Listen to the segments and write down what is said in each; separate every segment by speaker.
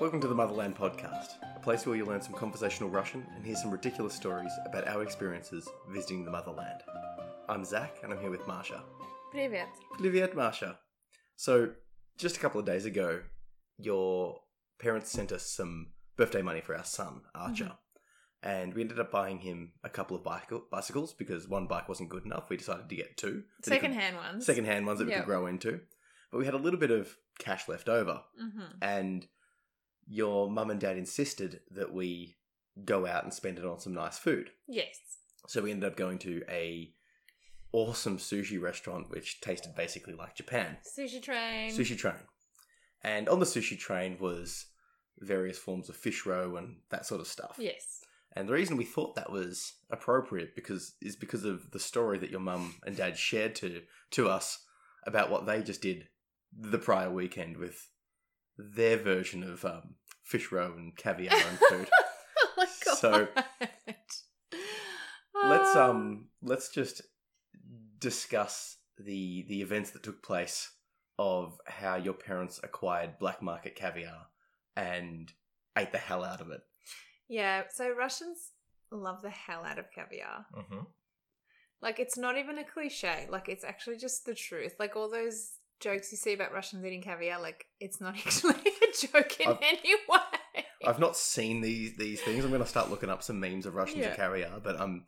Speaker 1: Welcome to the Motherland Podcast, a place where you'll learn some conversational Russian and hear some ridiculous stories about our experiences visiting the motherland. I'm Zach, and I'm here with Marsha.
Speaker 2: Привет.
Speaker 1: Привет, Marsha. So, just a couple of days ago, your parents sent us some birthday money for our son, Archer.
Speaker 2: Mm-hmm.
Speaker 1: And we ended up buying him a couple of bicycle- bicycles because one bike wasn't good enough. We decided to get two. that he could-
Speaker 2: Secondhand ones.
Speaker 1: secondhand ones that we
Speaker 2: Yep.
Speaker 1: could grow into. But we had a little bit of cash left over,
Speaker 2: Mm-hmm.
Speaker 1: and your mum and dad insisted that we go out and spend it on some nice food.
Speaker 2: Yes.
Speaker 1: So we ended up going to a awesome sushi restaurant which tasted basically like Japan.
Speaker 2: Sushi train.
Speaker 1: Sushi train. And on the sushi train was various forms of fish roe and that sort of stuff.
Speaker 2: Yes.
Speaker 1: And the reason we thought that was appropriate because is because of the story that your mum and dad shared to to us about what they just did the prior weekend with their version of um, fish roe and caviar and food.
Speaker 2: oh my god.
Speaker 1: So- let's um let's just discuss the the events that took place of how your parents acquired black market caviar and ate the hell out of it.
Speaker 2: Yeah. So Russians love the hell out of caviar.
Speaker 1: Mm-hmm.
Speaker 2: Like it's not even a cliche. Like it's actually just the truth. Like all those jokes you see about Russians eating caviar. Like it's not actually a joke in
Speaker 1: I've-
Speaker 2: any way.
Speaker 1: I've not seen these these things. I'm going to start looking up some memes of Russians
Speaker 2: Yeah.
Speaker 1: of caviar, but um,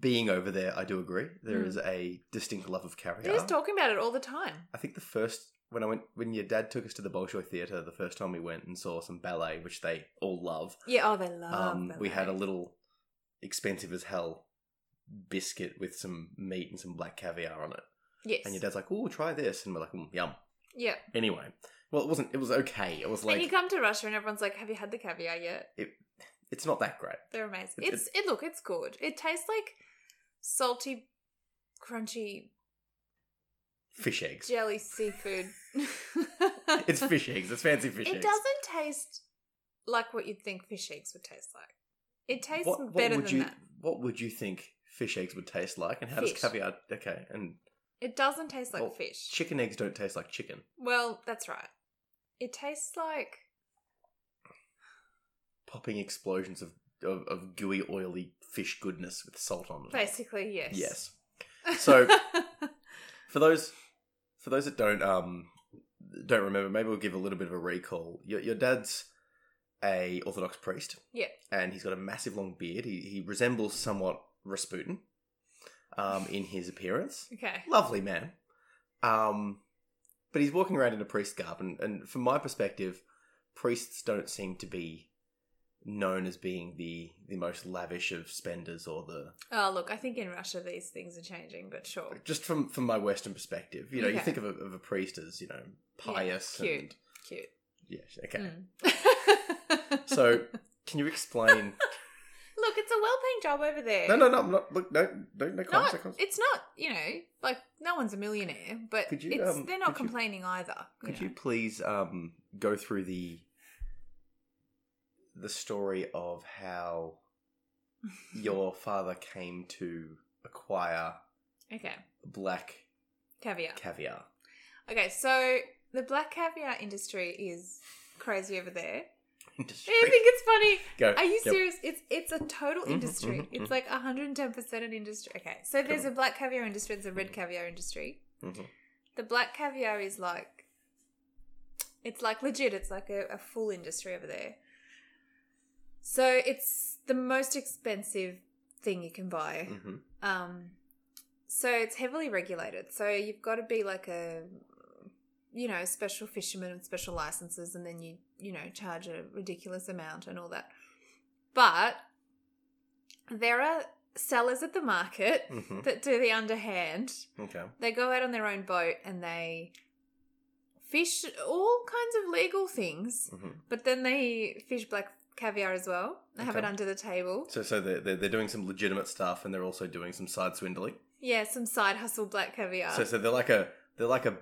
Speaker 1: being over there, I do agree. There
Speaker 2: Mm.
Speaker 1: is a distinct love of
Speaker 2: They're
Speaker 1: caviar.
Speaker 2: just talking about it all the time.
Speaker 1: I think the first when I went when your dad took us to the Bolshoi Theatre, the first time we went and saw some ballet, which they all love.
Speaker 2: Yeah. Oh, they love.
Speaker 1: um, we
Speaker 2: ballet.
Speaker 1: had a little expensive as hell biscuit with some meat and some black caviar on it,
Speaker 2: yes.
Speaker 1: and your dad's like, "Oh, try this," and we're like, mm, "Yum."
Speaker 2: yeah.
Speaker 1: Anyway, well, it wasn't. It was okay. It was
Speaker 2: and you
Speaker 1: like
Speaker 2: come to Russia and everyone's like, "Have you had the caviar yet?"
Speaker 1: it's not that great.
Speaker 2: They're amazing.
Speaker 1: It-
Speaker 2: It's it, look, it's good. It tastes like salty, crunchy
Speaker 1: Fish eggs.
Speaker 2: jelly seafood.
Speaker 1: It's fish eggs. It's fancy fish
Speaker 2: It
Speaker 1: eggs.
Speaker 2: doesn't taste like what you'd think fish eggs would taste like. It tastes better
Speaker 1: would
Speaker 2: than
Speaker 1: you,
Speaker 2: that.
Speaker 1: What would you think fish eggs would taste like, and how
Speaker 2: Fish.
Speaker 1: does caviar? Okay, and
Speaker 2: It doesn't taste like
Speaker 1: Well,
Speaker 2: fish.
Speaker 1: chicken eggs don't taste like chicken.
Speaker 2: well, that's right. It tastes like
Speaker 1: Popping explosions of of, of gooey, oily fish goodness with salt on it.
Speaker 2: basically yes.
Speaker 1: Yes. So- For those for those that don't um don't remember, maybe we'll give a little bit of a recall. Your, your dad's a Orthodox priest.
Speaker 2: Yeah.
Speaker 1: and he's got a massive long beard. He he resembles somewhat Rasputin, um, in his appearance.
Speaker 2: okay.
Speaker 1: lovely man. Um, but he's walking around in a priest garb, and, and from my perspective, priests don't seem to be known as being the the most lavish of spenders, or the
Speaker 2: Oh look, I think in Russia these things are changing, but sure.
Speaker 1: just from from my Western perspective. You know, you
Speaker 2: Okay.
Speaker 1: think of a, of a priest as you know pious
Speaker 2: cute.
Speaker 1: and
Speaker 2: Cute.
Speaker 1: yes, okay.
Speaker 2: Mm.
Speaker 1: So, can you explain?
Speaker 2: Look, it's a well-paying job over there.
Speaker 1: no, no, no, no. Look, no, no, no comments.
Speaker 2: Not,
Speaker 1: No, comments.
Speaker 2: it's not, you know, like no one's a millionaire, but
Speaker 1: Could you,
Speaker 2: it's,
Speaker 1: um,
Speaker 2: they're not
Speaker 1: could you-
Speaker 2: complaining either.
Speaker 1: Could you please um, go through the the story of how
Speaker 2: know.
Speaker 1: your father came to acquire
Speaker 2: okay,
Speaker 1: black
Speaker 2: caviar.
Speaker 1: caviar?
Speaker 2: Okay, so the black caviar industry is crazy over there.
Speaker 1: Industry.
Speaker 2: I think it's funny.
Speaker 1: Go.
Speaker 2: Are you
Speaker 1: Yep.
Speaker 2: serious? It's it's a total
Speaker 1: Mhm,
Speaker 2: industry.
Speaker 1: mhm,
Speaker 2: It's like 110% an industry. Okay, so there's a black caviar industry. There's a red caviar industry.
Speaker 1: Mhm.
Speaker 2: The black caviar is like, it's like legit. It's like a, a full industry over there. So it's the most expensive thing you can buy.
Speaker 1: Mhm.
Speaker 2: Um, so it's heavily regulated. So you've got to be like a, you know, special fisherman with special licenses, and then you, you know, charge a ridiculous amount and all that. But there are sellers at the market
Speaker 1: Mhm.
Speaker 2: that do the underhand.
Speaker 1: Okay.
Speaker 2: They go out on their own boat and they fish all kinds of legal things,
Speaker 1: Mhm.
Speaker 2: but then they fish black caviar as well. They have it
Speaker 1: Okay.
Speaker 2: under the table.
Speaker 1: So, so they're, they're they're doing some legitimate stuff, and they're also doing some side swindling.
Speaker 2: Yeah, some side hustle black caviar.
Speaker 1: So, so they're like a they're like a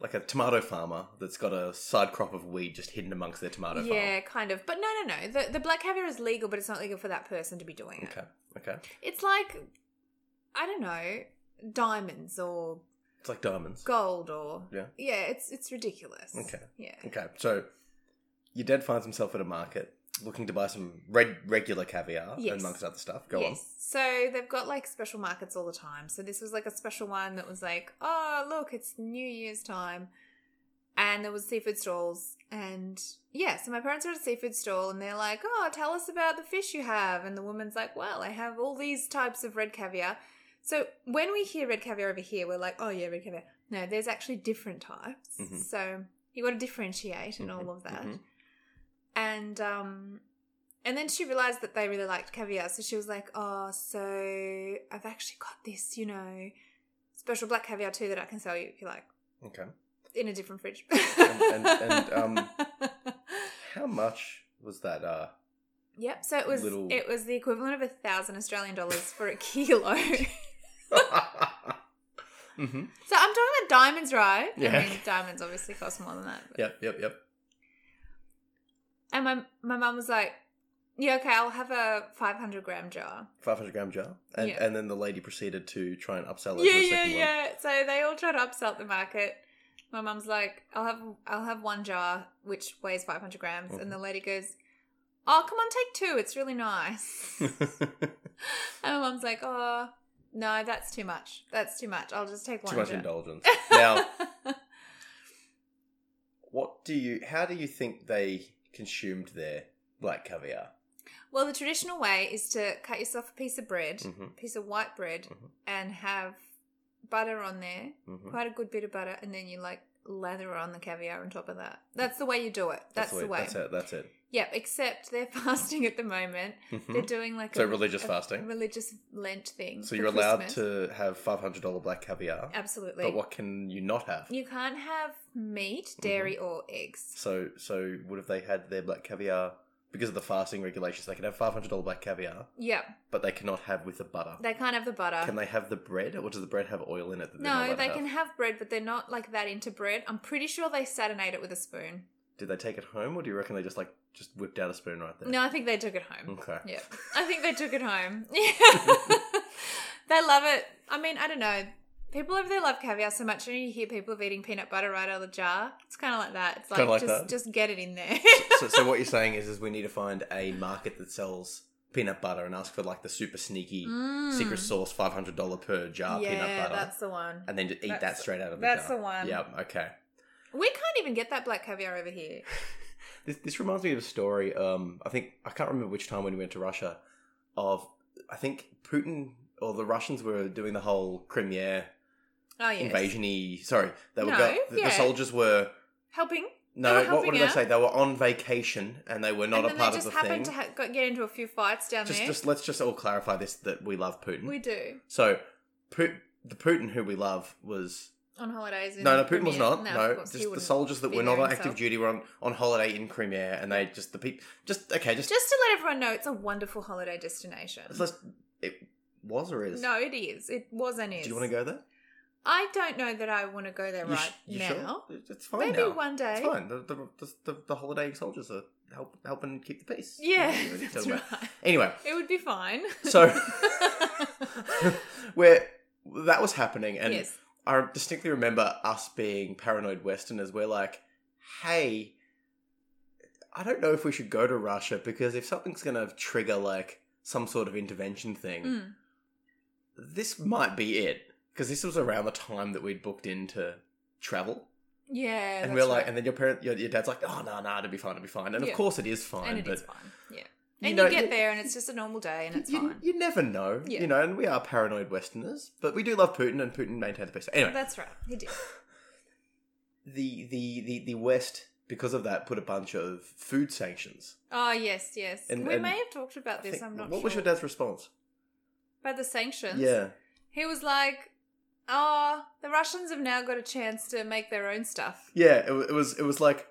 Speaker 1: like a tomato farmer that's got a side crop of weed just hidden amongst their tomato
Speaker 2: Yeah, kind of. But no, no, no. The, the black caviar is legal, but it's not legal for that person to be doing
Speaker 1: farm.
Speaker 2: it.
Speaker 1: Okay. Okay.
Speaker 2: It's like, I don't know, diamonds or
Speaker 1: It's like diamonds.
Speaker 2: gold or
Speaker 1: Yeah.
Speaker 2: yeah. It's it's ridiculous.
Speaker 1: Okay.
Speaker 2: Yeah.
Speaker 1: Okay, so your dad finds himself at a market looking to buy some red, regular caviar
Speaker 2: Yes.
Speaker 1: amongst other stuff. Go on.
Speaker 2: So they've got like special markets all the time. So this was like a special one that was like, oh, look, it's New Year's time. And there was seafood stalls. And yeah, so my parents are at a seafood stall and they're like, oh, tell us about the fish you have. And the woman's like, well, I have all these types of red caviar. So when we hear red caviar over here, we're like, oh, yeah, red caviar. No, there's actually different types.
Speaker 1: Mhm.
Speaker 2: So you got to differentiate and all of that
Speaker 1: mhm.
Speaker 2: and um and then she realized that they really liked caviar so she was like oh so i've actually got this you know special black caviar too that i can sell you if you like
Speaker 1: Okay.
Speaker 2: in a different fridge
Speaker 1: And- and- and, um, How much was that? Uh,
Speaker 2: yep so it was
Speaker 1: little-
Speaker 2: it was the equivalent of a thousand australian dollars for a kilo so i'm talking Mm-hmm.
Speaker 1: hmm
Speaker 2: about diamonds right
Speaker 1: Yeah.
Speaker 2: i mean diamonds obviously cost more than that but-
Speaker 1: Yep, yep, yep.
Speaker 2: and my my mum was like yeah okay i'll have a 500 gram jar
Speaker 1: 500 gram jar. And,
Speaker 2: Yeah.
Speaker 1: and then the lady proceeded to try and upsell it
Speaker 2: yeah,
Speaker 1: to a
Speaker 2: yeah,
Speaker 1: second one.
Speaker 2: yeah. So they all try to upsell at the market. My mum's like, "I'll have, I'll have one jar which weighs 500 grams,"
Speaker 1: Mm-hmm.
Speaker 2: and the lady goes, "Oh, come on, take two. It's really nice." and my mum's like, "Oh, no, that's too much. That's too much. I'll just take one."
Speaker 1: Too much
Speaker 2: jar."
Speaker 1: indulgence. Now, what do you, how do you think they consumed their black caviar?
Speaker 2: well, the traditional way is to cut yourself a piece of bread,
Speaker 1: Mhm.
Speaker 2: piece of white bread,
Speaker 1: Mhm.
Speaker 2: and have butter on there,
Speaker 1: Mhm.
Speaker 2: quite a good bit of butter, and then you like lather on the caviar on top of that. That's the way you do it. That's, the way.
Speaker 1: That's it. That's it.
Speaker 2: Yep, except they're fasting at the moment.
Speaker 1: Mhm.
Speaker 2: They're doing like
Speaker 1: So religious fasting?
Speaker 2: religious Lent thing.
Speaker 1: So
Speaker 2: for
Speaker 1: you're allowed
Speaker 2: Christmas.
Speaker 1: to have $500 black caviar.
Speaker 2: absolutely.
Speaker 1: But what Mm-hmm. can you not have?
Speaker 2: You can't have meat, dairy, or eggs.
Speaker 1: So, so would have they had their black caviar because of the fasting regulations? They can have five hundred dollar black caviar,
Speaker 2: Yep,
Speaker 1: but they cannot have with the butter.
Speaker 2: they can't have the butter.
Speaker 1: Can they have the bread, or does the bread have oil in it? That they're not
Speaker 2: no,
Speaker 1: allowed
Speaker 2: they
Speaker 1: to
Speaker 2: can have bread, but they're not like that into bread. I'm pretty sure they satinate it with a spoon.
Speaker 1: Did they take it home, or do you reckon they just like just whipped out a spoon right there?
Speaker 2: No, I think they took it home.
Speaker 1: Okay.
Speaker 2: Yeah, I think they took it home. Yeah. they love it. I mean, I don't know. People over there love caviar so much, and you hear people have eating peanut butter right out of the jar. It's kind of like that. It's like,
Speaker 1: Kinda like
Speaker 2: just
Speaker 1: that.
Speaker 2: just get it in there.
Speaker 1: So, so what you're saying is, is we need to find a market that sells peanut butter and ask for like the super sneaky
Speaker 2: Mm.
Speaker 1: secret sauce five hundred dollar per jar
Speaker 2: yeah,
Speaker 1: peanut butter,
Speaker 2: that's the one.
Speaker 1: and then just eat that
Speaker 2: that's-
Speaker 1: straight out of the
Speaker 2: that's
Speaker 1: jar.
Speaker 2: the one.
Speaker 1: Yep. Okay.
Speaker 2: We can't even get that black caviar over here.
Speaker 1: This, this reminds me of a story. Um, I think I can't remember which time when we went to Russia. Of I think Putin or the Russians were doing the whole Crimea
Speaker 2: Oh yes,
Speaker 1: invasion-y. Sorry, they were
Speaker 2: No,
Speaker 1: go- the,
Speaker 2: yeah.
Speaker 1: the soldiers were
Speaker 2: helping. They were
Speaker 1: no. What,
Speaker 2: helping
Speaker 1: what did
Speaker 2: out.
Speaker 1: they say? They were on vacation and they were not
Speaker 2: and
Speaker 1: a
Speaker 2: then
Speaker 1: part
Speaker 2: they
Speaker 1: of
Speaker 2: just
Speaker 1: the
Speaker 2: happened
Speaker 1: thing.
Speaker 2: to ha- got, get into a few fights down
Speaker 1: just,
Speaker 2: there.
Speaker 1: just let's just all clarify this that we love Putin.
Speaker 2: we do
Speaker 1: so Pu- the Putin who we love was
Speaker 2: on holidays. in
Speaker 1: no, no, Putin was
Speaker 2: Crimea.
Speaker 1: not. No,
Speaker 2: of course, he
Speaker 1: just the
Speaker 2: wouldn't.
Speaker 1: soldiers that
Speaker 2: be
Speaker 1: were not
Speaker 2: there
Speaker 1: on active
Speaker 2: himself.
Speaker 1: duty were on, on holiday in Crimea, and they just the people just okay, just
Speaker 2: Just to let everyone know, it's a wonderful holiday destination.
Speaker 1: It's less- it was or is?
Speaker 2: No, it is. It was and is.
Speaker 1: Do you want to go there?
Speaker 2: I don't know that I want to go there
Speaker 1: You
Speaker 2: right
Speaker 1: sh- you
Speaker 2: now.
Speaker 1: Sure? It's fine
Speaker 2: Maybe
Speaker 1: now.
Speaker 2: one day.
Speaker 1: It's fine. The, the, the, the, the holidaying soldiers are help, helping keep the peace.
Speaker 2: Yeah,
Speaker 1: You know what you're
Speaker 2: that's
Speaker 1: talking
Speaker 2: right.
Speaker 1: about. Anyway,
Speaker 2: It would be fine.
Speaker 1: so where that was happening, and
Speaker 2: yes.
Speaker 1: I distinctly remember us being paranoid Westerners. We're like, hey, I don't know if we should go to Russia because if something's going to trigger like some sort of intervention thing,
Speaker 2: Mm.
Speaker 1: this might be it because this was around the time that we'd booked in to travel
Speaker 2: Yeah.
Speaker 1: and
Speaker 2: that's
Speaker 1: we're like
Speaker 2: right.
Speaker 1: and then your parent your, your dad's like oh no no it'll be fine it'll be fine and
Speaker 2: Yeah.
Speaker 1: of course it is fine
Speaker 2: and it
Speaker 1: but
Speaker 2: is fine. Yeah. And you,
Speaker 1: know,
Speaker 2: get
Speaker 1: you-
Speaker 2: there and it's just a normal day and it's
Speaker 1: you,
Speaker 2: fine.
Speaker 1: you never know
Speaker 2: Yeah.
Speaker 1: you know and we are paranoid westerners but we do love putin and putin maintains the peace anyway
Speaker 2: That's right. He did.
Speaker 1: the, the the the west because of that put a bunch of food sanctions
Speaker 2: Oh yes, yes.
Speaker 1: And-
Speaker 2: we
Speaker 1: and
Speaker 2: may have talked about
Speaker 1: I
Speaker 2: this.
Speaker 1: think-
Speaker 2: I'm not
Speaker 1: what
Speaker 2: sure.
Speaker 1: was your dad's response
Speaker 2: About the sanctions.
Speaker 1: yeah
Speaker 2: He was like, "Oh, the Russians have now got a chance to make their own stuff."
Speaker 1: Yeah, it, wa- it was it was like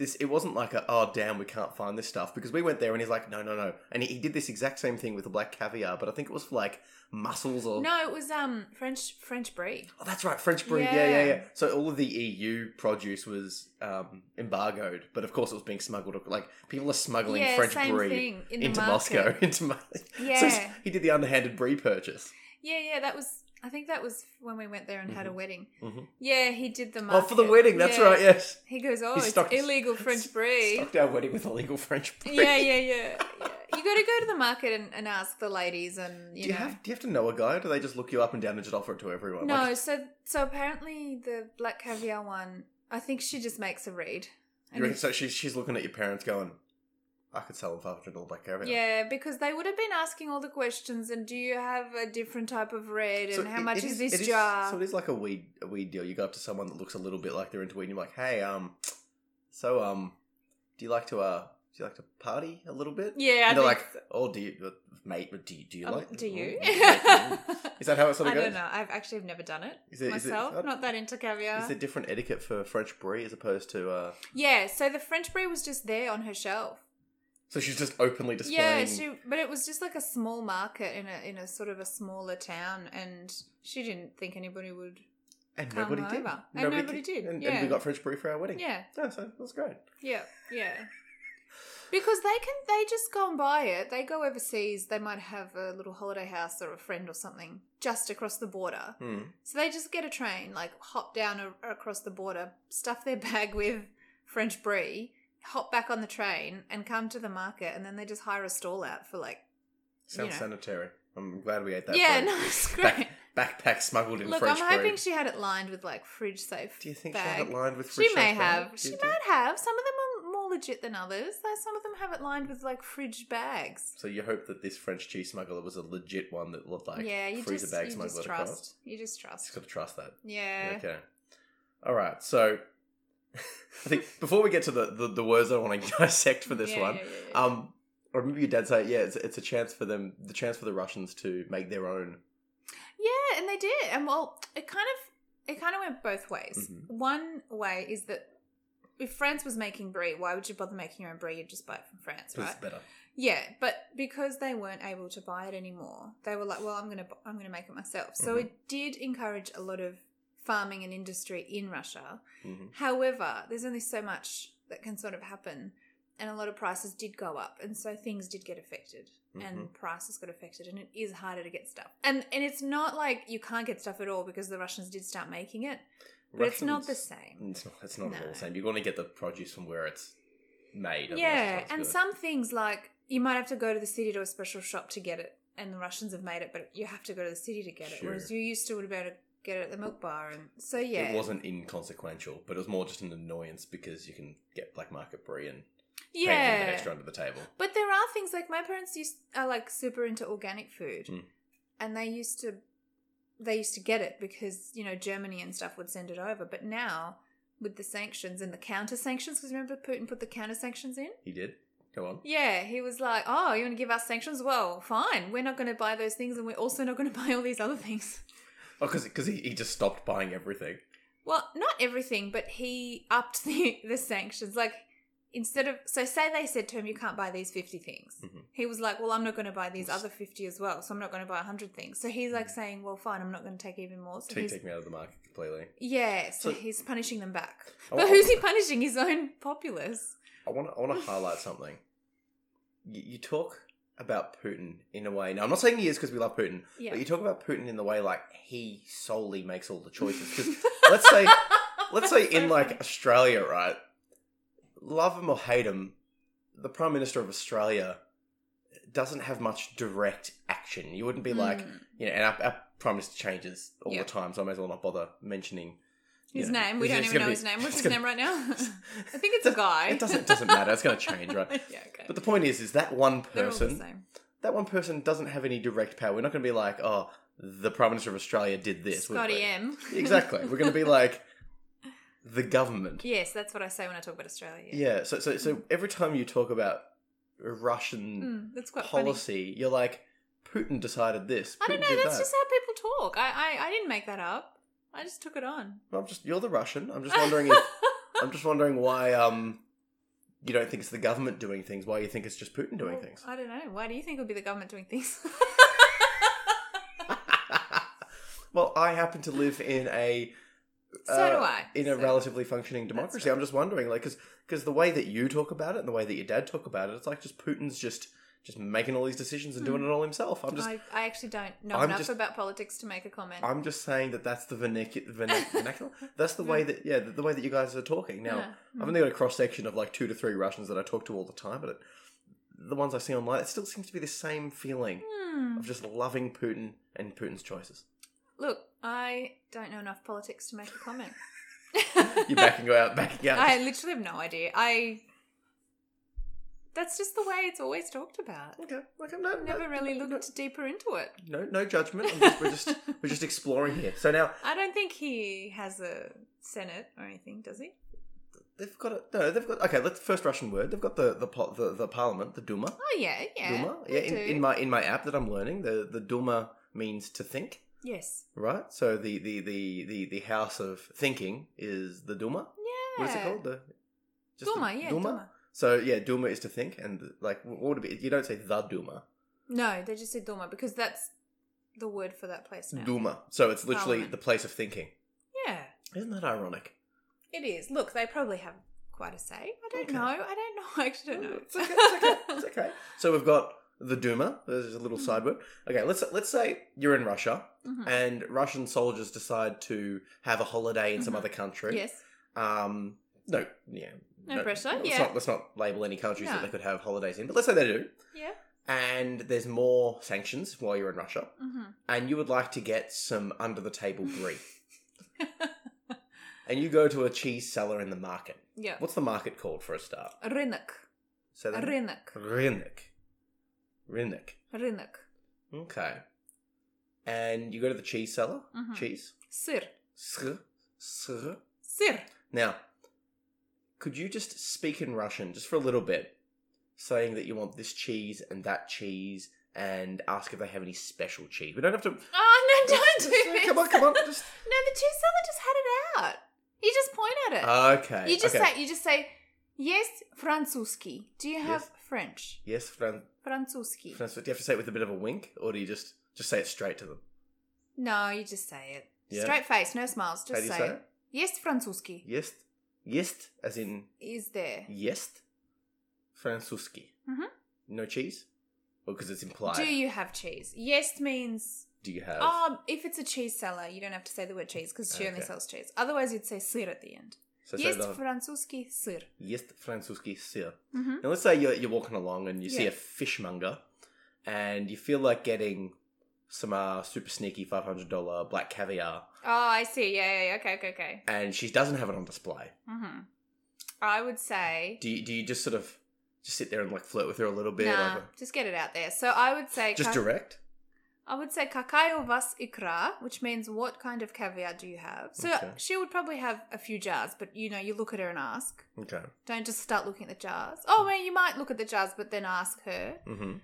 Speaker 1: this. It wasn't like a oh damn we can't find this stuff because we went there and he's like no no no and he, he did this exact same thing with the black caviar but I think it was for like mussels or
Speaker 2: No, it was um French French brie.
Speaker 1: oh that's right French brie yeah. yeah yeah
Speaker 2: Yeah.
Speaker 1: so all of the EU produce was um, embargoed but of course it was being smuggled like people are smuggling
Speaker 2: yeah,
Speaker 1: French
Speaker 2: same
Speaker 1: brie
Speaker 2: thing in the
Speaker 1: into
Speaker 2: market.
Speaker 1: Moscow into Mo- so
Speaker 2: Yeah.
Speaker 1: he did the underhanded brie purchase
Speaker 2: Yeah, yeah, that was. I think that was when we went there and had a
Speaker 1: Mhm.
Speaker 2: wedding.
Speaker 1: Mhm.
Speaker 2: Yeah, he did the
Speaker 1: Oh,
Speaker 2: market.
Speaker 1: for the wedding. That's
Speaker 2: Yeah.
Speaker 1: right. Yes.
Speaker 2: He goes, oh, it's
Speaker 1: stocked-
Speaker 2: illegal French brie.
Speaker 1: Stocked our wedding with illegal French brie.
Speaker 2: Yeah, yeah, yeah. yeah. You got to go to the market and, and ask the ladies, and you,
Speaker 1: do you
Speaker 2: know.
Speaker 1: have do you have to know a guy? Or do they just look you up and down and just offer it to everyone?
Speaker 2: no,
Speaker 1: Like,
Speaker 2: so so apparently the black caviar one. I think she just makes a read.
Speaker 1: you reckon, so she's she's looking at your parents going, I could sell them for hundred dollar black caviar.
Speaker 2: Yeah, because they would have been asking all the questions. And do you have a different type of red? And
Speaker 1: So
Speaker 2: how
Speaker 1: it-
Speaker 2: much
Speaker 1: it
Speaker 2: is
Speaker 1: it
Speaker 2: this jar?
Speaker 1: so it is like a weed a weed deal. You go up to someone that looks a little bit like they're into weed, and you're like, "Hey, um, so um, do you like to uh, do you like to party a little bit?"
Speaker 2: yeah, I
Speaker 1: and they're
Speaker 2: think
Speaker 1: like, "Oh, do you, mate? Do you, do you
Speaker 2: Um,
Speaker 1: like?
Speaker 2: do you?
Speaker 1: is that how it sort
Speaker 2: I
Speaker 1: of goes?
Speaker 2: don't know. I've actually never done it
Speaker 1: Is it- is it-
Speaker 2: myself.
Speaker 1: I-
Speaker 2: Not that into caviar.
Speaker 1: Is there different etiquette for French brie as opposed to? uh
Speaker 2: yeah, so the French brie was just there on her shelf.
Speaker 1: So she's just openly displaying.
Speaker 2: Yeah, she, but it was just like a small market in a in a sort of a smaller town, and she didn't think anybody would.
Speaker 1: and
Speaker 2: come
Speaker 1: nobody did.
Speaker 2: over. And nobody did,
Speaker 1: And, and
Speaker 2: yeah.
Speaker 1: we got French brie for our wedding.
Speaker 2: Yeah,
Speaker 1: Yeah, so that's great.
Speaker 2: yeah, yeah. Because they can, they just go and buy it. They go overseas. They might have a little holiday house or a friend or something just across the border.
Speaker 1: Hmm.
Speaker 2: So they just get a train, like hop down a, across the border, stuff their bag with French brie, hop back on the train, and come to the market. And then they just hire a stall out for like,
Speaker 1: Sounds
Speaker 2: know.
Speaker 1: sanitary. I'm glad we ate that.
Speaker 2: yeah,
Speaker 1: brie.
Speaker 2: no, it's great.
Speaker 1: Back, backpack smuggled in
Speaker 2: Look,
Speaker 1: French
Speaker 2: I'm hoping
Speaker 1: brie.
Speaker 2: she had it lined with like fridge safe.
Speaker 1: Do you think
Speaker 2: bag.
Speaker 1: she had it lined with
Speaker 2: She
Speaker 1: fridge
Speaker 2: may
Speaker 1: safe bag?
Speaker 2: have.
Speaker 1: Do
Speaker 2: She
Speaker 1: you think-
Speaker 2: might have. Some of them are more legit than others. Though some of them have it lined with like fridge bags.
Speaker 1: So you hope that this French cheese smuggler was a legit one that looked like
Speaker 2: yeah, you
Speaker 1: freezer
Speaker 2: just,
Speaker 1: bag
Speaker 2: you
Speaker 1: smuggler
Speaker 2: just
Speaker 1: across.
Speaker 2: trust. You
Speaker 1: Just
Speaker 2: just trust.
Speaker 1: got to trust that.
Speaker 2: Yeah.
Speaker 1: Okay. All right. So I think before we get to the, the, the words I want to dissect for this
Speaker 2: Yeah,
Speaker 1: one,
Speaker 2: yeah, yeah, yeah.
Speaker 1: um, or maybe your dad say, yeah, it's, it's a chance for them, the chance for the Russians to make their own.
Speaker 2: Yeah, and they did. And well, it kind of it kind of went both ways.
Speaker 1: Mhm.
Speaker 2: One way is that if France was making brie, why would you bother making your own brie? You'd just buy it from France,
Speaker 1: 'cause
Speaker 2: right?
Speaker 1: It's better.
Speaker 2: Yeah, but because they weren't able to buy it anymore, they were like, "Well, I'm gonna, I'm gonna make it myself." So
Speaker 1: Mhm.
Speaker 2: it did encourage a lot of farming and industry in Russia.
Speaker 1: Mhm.
Speaker 2: However, there's only so much that can sort of happen, and a lot of prices did go up, and so things did get affected, and
Speaker 1: Mm-hmm.
Speaker 2: prices got affected, and it is harder to get stuff. And and it's not like you can't get stuff at all because the Russians did start making it, but it's not the
Speaker 1: Russians- Mm,
Speaker 2: same.
Speaker 1: It's not, it's not at all
Speaker 2: No.
Speaker 1: the same. You're going to get the produce from where it's made. otherwise
Speaker 2: Yeah,
Speaker 1: it's not
Speaker 2: and
Speaker 1: good.
Speaker 2: some things like you might have to go to the city to a special shop to get it, and the Russians have made it, but you have to go to the city to get it.
Speaker 1: Sure.
Speaker 2: Whereas you used to would have been able to get it at the milk bar, and so yeah,
Speaker 1: It wasn't inconsequential, but it was more just an annoyance because you can get black market brie and pay a little bit
Speaker 2: yeah.
Speaker 1: extra under the table.
Speaker 2: But there are things like my parents used are like super into organic food,
Speaker 1: Mm.
Speaker 2: and they used to they used to get it because you know Germany and stuff would send it over, but now. With the sanctions and the counter sanctions, because remember Putin put the counter sanctions in.
Speaker 1: He did. Go on.
Speaker 2: Yeah, he was like, "Oh, you want to give us sanctions? Well, fine. We're not going to buy those things, and we're also not going to buy all these other things."
Speaker 1: Oh, because he, he just stopped buying everything.
Speaker 2: Well, not everything, but he upped the the sanctions. Like instead of so say they said to him, "You can't buy these fifty things,"
Speaker 1: Mhm.
Speaker 2: he was like, "Well, I'm not going to buy these other fifty as well, so I'm not going to buy hundred things." So he's like saying, "Well, fine, I'm not going to take even more." So
Speaker 1: Mm-hmm. Take,
Speaker 2: he's
Speaker 1: take me out of the market completely.
Speaker 2: yeah, so,
Speaker 1: So- Oh,
Speaker 2: he's punishing them back.
Speaker 1: I
Speaker 2: But
Speaker 1: wa-
Speaker 2: who's he punishing? His own populace.
Speaker 1: I want to I want to highlight something. You, you talk about Putin in a way. Now, I'm not saying he is because we love Putin,
Speaker 2: Yeah.
Speaker 1: but you talk about Putin in the way like he solely makes all the choices. 'Cause let's say let's say
Speaker 2: So
Speaker 1: in like
Speaker 2: funny.
Speaker 1: Australia, right? Love him or hate him, the Prime Minister of Australia doesn't have much direct action. You wouldn't be like,
Speaker 2: Mm.
Speaker 1: you know, and our, our Prime Minister changes all
Speaker 2: Yeah.
Speaker 1: the time, so I may as well not bother mentioning you
Speaker 2: His
Speaker 1: know,
Speaker 2: name. We
Speaker 1: it's-
Speaker 2: don't
Speaker 1: it's
Speaker 2: even know
Speaker 1: gonna be-
Speaker 2: his name. What's
Speaker 1: it's
Speaker 2: his
Speaker 1: gonna-
Speaker 2: name right now? I think it's a guy.
Speaker 1: It doesn't- it doesn't matter. It's gonna change, right?
Speaker 2: yeah, okay.
Speaker 1: But the point is, is that one
Speaker 2: They're all the
Speaker 1: person,
Speaker 2: same.
Speaker 1: that one person doesn't have any direct power. We're not going to be like, oh, the Prime Minister of Australia did this. would
Speaker 2: Scotty
Speaker 1: we?
Speaker 2: M.
Speaker 1: Exactly. We're going to be like the government.
Speaker 2: yes, that's what I say when I talk about Australia.
Speaker 1: Yeah, so so so every time you talk about Russian
Speaker 2: Mm, that's quite funny.
Speaker 1: policy, you're like Putin decided this.
Speaker 2: I don't
Speaker 1: Putin
Speaker 2: know.
Speaker 1: did
Speaker 2: That's
Speaker 1: that.
Speaker 2: just how people talk. I, I I didn't make that up. I just took it on.
Speaker 1: I'm just you're the Russian. I'm just wondering if I'm just wondering why um you don't think it's the government doing things, why you think it's just Putin doing
Speaker 2: Well,
Speaker 1: things.
Speaker 2: I don't know. Why do you think it would be the government doing things?
Speaker 1: well, I happen to live in a
Speaker 2: so do
Speaker 1: uh,
Speaker 2: I.
Speaker 1: in a
Speaker 2: So-
Speaker 1: relatively functioning democracy. I'm just wondering, like, because the way that you talk about it and the way that your dad talk about it, it's like just Putin's just just making all these decisions and doing
Speaker 2: Hmm.
Speaker 1: it all himself. I'm just
Speaker 2: I, I actually don't know
Speaker 1: I'm
Speaker 2: enough
Speaker 1: just-
Speaker 2: about politics to make a comment.
Speaker 1: I'm just saying that that's the vernacular. vernacular. that's the way that yeah, the, the way that you guys are talking now.
Speaker 2: Yeah. Hmm.
Speaker 1: I've only got a cross section of like two to three Russians that I talk to all the time, but it, the ones I see online, it still seems to be the same feeling
Speaker 2: Hmm.
Speaker 1: of just loving Putin and Putin's choices.
Speaker 2: Look, I don't know enough politics to make a comment.
Speaker 1: You're backing out, backing out.
Speaker 2: I literally have no idea. I. That's just the way it's always talked about.
Speaker 1: okay, okay, no,
Speaker 2: I've
Speaker 1: no,
Speaker 2: never really looked deeper into it.
Speaker 1: no, no judgment. I'm just, we're just we're just exploring here. So now
Speaker 2: I don't think he has a senate or anything, does he?
Speaker 1: they've got a, no, they've got okay. Let's first Russian word. They've got the the po- the, the parliament, the Duma,
Speaker 2: Oh yeah, yeah.
Speaker 1: Duma.
Speaker 2: they
Speaker 1: Yeah, in,
Speaker 2: do.
Speaker 1: in my in my app that I'm learning, the the Duma means to think.
Speaker 2: yes.
Speaker 1: Right, so the the the the, the house of thinking is the Duma.
Speaker 2: Yeah.
Speaker 1: What is it called? The just the
Speaker 2: Duma, yeah, Duma.
Speaker 1: So yeah, Duma is to think, and like what would it be? You don't say the Duma,
Speaker 2: No, they just said Duma because that's the word for that place now.
Speaker 1: Duma. So it's literally
Speaker 2: Parliament.
Speaker 1: the place of thinking.
Speaker 2: Yeah,
Speaker 1: Isn't that ironic?
Speaker 2: it is. Look, they probably have quite a say. I don't
Speaker 1: Okay. Oh,
Speaker 2: know. I don't know. I actually don't know.
Speaker 1: It's okay. It's okay. It's okay. So we've got the Duma. There's a little
Speaker 2: Mhm.
Speaker 1: side word. Okay, let's let's say you're in Russia,
Speaker 2: Mhm.
Speaker 1: and Russian soldiers decide to have a holiday in some
Speaker 2: Mhm.
Speaker 1: other country.
Speaker 2: Yes.
Speaker 1: Um, no, yeah.
Speaker 2: No pressure,
Speaker 1: Let's
Speaker 2: yeah.
Speaker 1: Not, let's not label any countries that
Speaker 2: No.
Speaker 1: they could have holidays in, but let's say they do.
Speaker 2: Yeah.
Speaker 1: And there's more sanctions while you're in Russia,
Speaker 2: Mm-hmm.
Speaker 1: and you would like to get some under the table brie. and you go to a cheese seller in the market.
Speaker 2: Yeah.
Speaker 1: What's the market called for a start?
Speaker 2: Rynek.
Speaker 1: So then,
Speaker 2: Rynek.
Speaker 1: Rinnik. Rinnik.
Speaker 2: Rynek.
Speaker 1: Okay. And you go to the cheese seller.
Speaker 2: Mhm.
Speaker 1: Cheese.
Speaker 2: Sir.
Speaker 1: Sr. Sr.
Speaker 2: Sir.
Speaker 1: Now, could you just speak in Russian just for a little bit, saying that you want this cheese and that cheese, and ask if they have any special cheese? We don't have to.
Speaker 2: Oh no! Don't do this.
Speaker 1: Come on, come on. Just
Speaker 2: No, the cheese seller just had it out. He just point at it.
Speaker 1: okay.
Speaker 2: you just
Speaker 1: okay.
Speaker 2: say. You just say. Yes, francuski. Do you have French?
Speaker 1: yes, Fran.
Speaker 2: Francuski.
Speaker 1: Francois, do you have to say it with a bit of a wink, or do you just just say it straight to them?
Speaker 2: no, you just say it.
Speaker 1: Yeah.
Speaker 2: Straight face, no smiles. Just
Speaker 1: How do you
Speaker 2: say,
Speaker 1: say
Speaker 2: it.
Speaker 1: it?
Speaker 2: Yes, francuski
Speaker 1: Yes, yes, as in
Speaker 2: is there.
Speaker 1: yes, Francuski.
Speaker 2: Mhm.
Speaker 1: No cheese, or because it's implied.
Speaker 2: Do you have cheese? Yes means
Speaker 1: Do you have?
Speaker 2: um, if it's a cheese seller, you don't have to say the word cheese because she only
Speaker 1: Okay.
Speaker 2: sells cheese. Otherwise, you'd say sir at the end.
Speaker 1: so say
Speaker 2: yes,
Speaker 1: the-
Speaker 2: francuski sir.
Speaker 1: Yes, Francuski sir.
Speaker 2: Mhm.
Speaker 1: Now, let's say you're, you're walking along and you see
Speaker 2: Yeah.
Speaker 1: a fishmonger, and you feel like getting some uh, super sneaky five hundred dollar black caviar,
Speaker 2: Oh, I see. Yeah, yeah, yeah. Okay, okay, okay.
Speaker 1: and she doesn't have it on display.
Speaker 2: hmm I would say
Speaker 1: Do you, do you just sort of just sit there and like flirt with her a little bit,
Speaker 2: nah.
Speaker 1: like,
Speaker 2: Just get it out there. So I would say
Speaker 1: just
Speaker 2: ka-
Speaker 1: direct?
Speaker 2: I would say kakao vas ikra, which means what kind of caviar do you have? So
Speaker 1: Okay.
Speaker 2: she would probably have a few jars, but you know, you look at her and ask.
Speaker 1: Okay.
Speaker 2: Don't just start looking at the jars. Oh, well, you might look at the jars, but then ask her.
Speaker 1: Mm-hmm.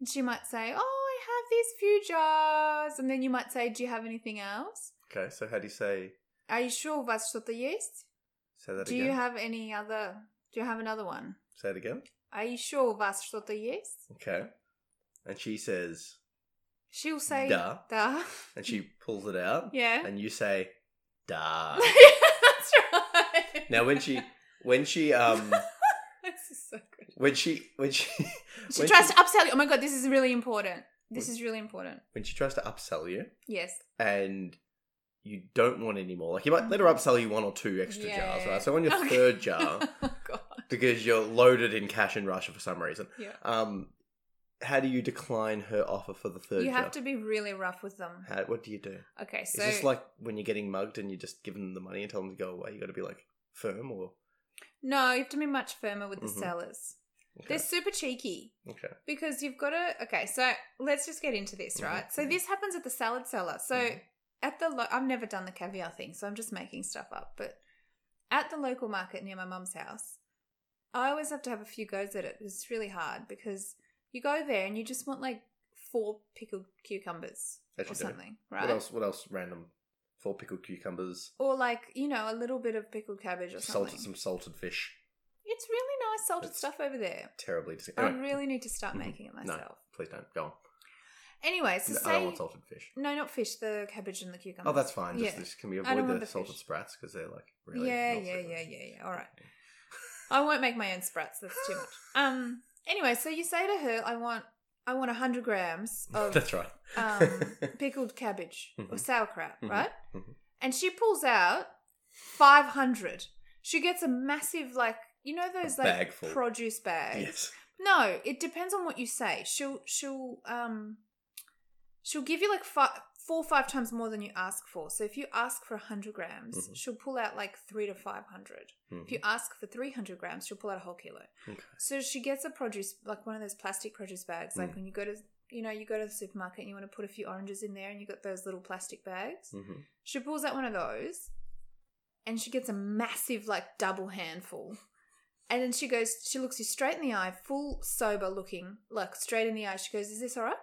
Speaker 2: And she might say, Oh, I have these few jars. And then you might say, Do you have anything else?
Speaker 1: Okay. So how do you say
Speaker 2: Are you sure у вас что-то есть?
Speaker 1: say that
Speaker 2: Do
Speaker 1: again?
Speaker 2: you have any other? Do you have another one?
Speaker 1: say it again.
Speaker 2: Are you sure у вас что-то есть?
Speaker 1: Okay. And she says,
Speaker 2: She'll say,
Speaker 1: Да.
Speaker 2: Да.
Speaker 1: and she pulls it out,
Speaker 2: Yeah.
Speaker 1: and you say, "Da."
Speaker 2: That's right.
Speaker 1: uh. now when she when she um
Speaker 2: This is so good.
Speaker 1: when she when she
Speaker 2: She
Speaker 1: when
Speaker 2: tries
Speaker 1: she-
Speaker 2: to upsell you. Oh my god, this is really important. This
Speaker 1: When-
Speaker 2: is really important.
Speaker 1: when she tries to upsell you
Speaker 2: Yes.
Speaker 1: and you don't want any more. Like you might let her upsell you one or two extra
Speaker 2: Yeah.
Speaker 1: jars, right? So on your
Speaker 2: Okay.
Speaker 1: third jar,
Speaker 2: oh god.
Speaker 1: because you're loaded in cash in Russia for some reason,
Speaker 2: Yeah.
Speaker 1: um, how do you decline her offer for the third
Speaker 2: You
Speaker 1: jar?
Speaker 2: have to be really rough with them.
Speaker 1: how, what do you do?
Speaker 2: Okay, so
Speaker 1: Is this like when you're getting mugged and you just give them the money and tell them to go away? You got to be like firm or
Speaker 2: no, you have to be much firmer with the
Speaker 1: Mhm.
Speaker 2: sellers.
Speaker 1: okay.
Speaker 2: They're super cheeky
Speaker 1: okay.
Speaker 2: because you've got to. Okay, so let's just get into this,
Speaker 1: Mhm,
Speaker 2: right? So
Speaker 1: mhm.
Speaker 2: this happens at the salad seller. So
Speaker 1: Mhm.
Speaker 2: at the lo- I've never done the caviar thing, so I'm just making stuff up. But at the local market near my mum's house, I always have to have a few goes at it. It's really hard because you go there and you just want like four pickled cucumbers
Speaker 1: As
Speaker 2: or
Speaker 1: you do.
Speaker 2: something, right?
Speaker 1: What else? What else? Random four pickled cucumbers,
Speaker 2: Or like you know a little bit of pickled cabbage or something.
Speaker 1: salted some salted fish.
Speaker 2: It's really nice salted
Speaker 1: It's-
Speaker 2: stuff over there.
Speaker 1: Terribly disgusting.
Speaker 2: I
Speaker 1: Anyway,
Speaker 2: really need to start
Speaker 1: Mhm.
Speaker 2: making it
Speaker 1: no,
Speaker 2: myself.
Speaker 1: please don't go on.
Speaker 2: Anyway, so
Speaker 1: No,
Speaker 2: say
Speaker 1: I don't want salted fish.
Speaker 2: no, not fish, the cabbage and the cucumber.
Speaker 1: Oh, that's fine. Just,
Speaker 2: um, yeah.
Speaker 1: just can we
Speaker 2: I don't
Speaker 1: avoid
Speaker 2: want
Speaker 1: the,
Speaker 2: the
Speaker 1: salted
Speaker 2: fish.
Speaker 1: sprats because they're like really
Speaker 2: yeah,
Speaker 1: not
Speaker 2: yeah,
Speaker 1: so good.
Speaker 2: yeah, yeah, yeah. All right, I won't make my own sprats. That's too much. Um. Anyway, so you say to her, I want I want hundred grams of
Speaker 1: That's right.
Speaker 2: Oh. um, pickled cabbage or
Speaker 1: Mhm.
Speaker 2: sauerkraut,
Speaker 1: Mhm.
Speaker 2: right?
Speaker 1: Mhm.
Speaker 2: And she pulls out five hundred. She gets a massive like you know those like
Speaker 1: bag full.
Speaker 2: produce bags.
Speaker 1: yes.
Speaker 2: No, it depends on what you say. She'll she'll um she'll give you like five, four or five times more than you ask for. So if you ask for hundred grams,
Speaker 1: Mhm.
Speaker 2: she'll pull out like three to five hundred. If you ask for three hundred grams, she'll pull out a whole kilo.
Speaker 1: Okay.
Speaker 2: So she gets a produce like one of those plastic produce bags. Like
Speaker 1: Mm.
Speaker 2: when you go to you know you go to the supermarket and you want to put a few oranges in there, and you got those little plastic bags.
Speaker 1: Mm-hmm.
Speaker 2: She pulls out one of those and she gets a massive, like, double handful. And then she goes, she looks you straight in the eye, full sober looking, like, straight in the eye. She goes, Is this all right?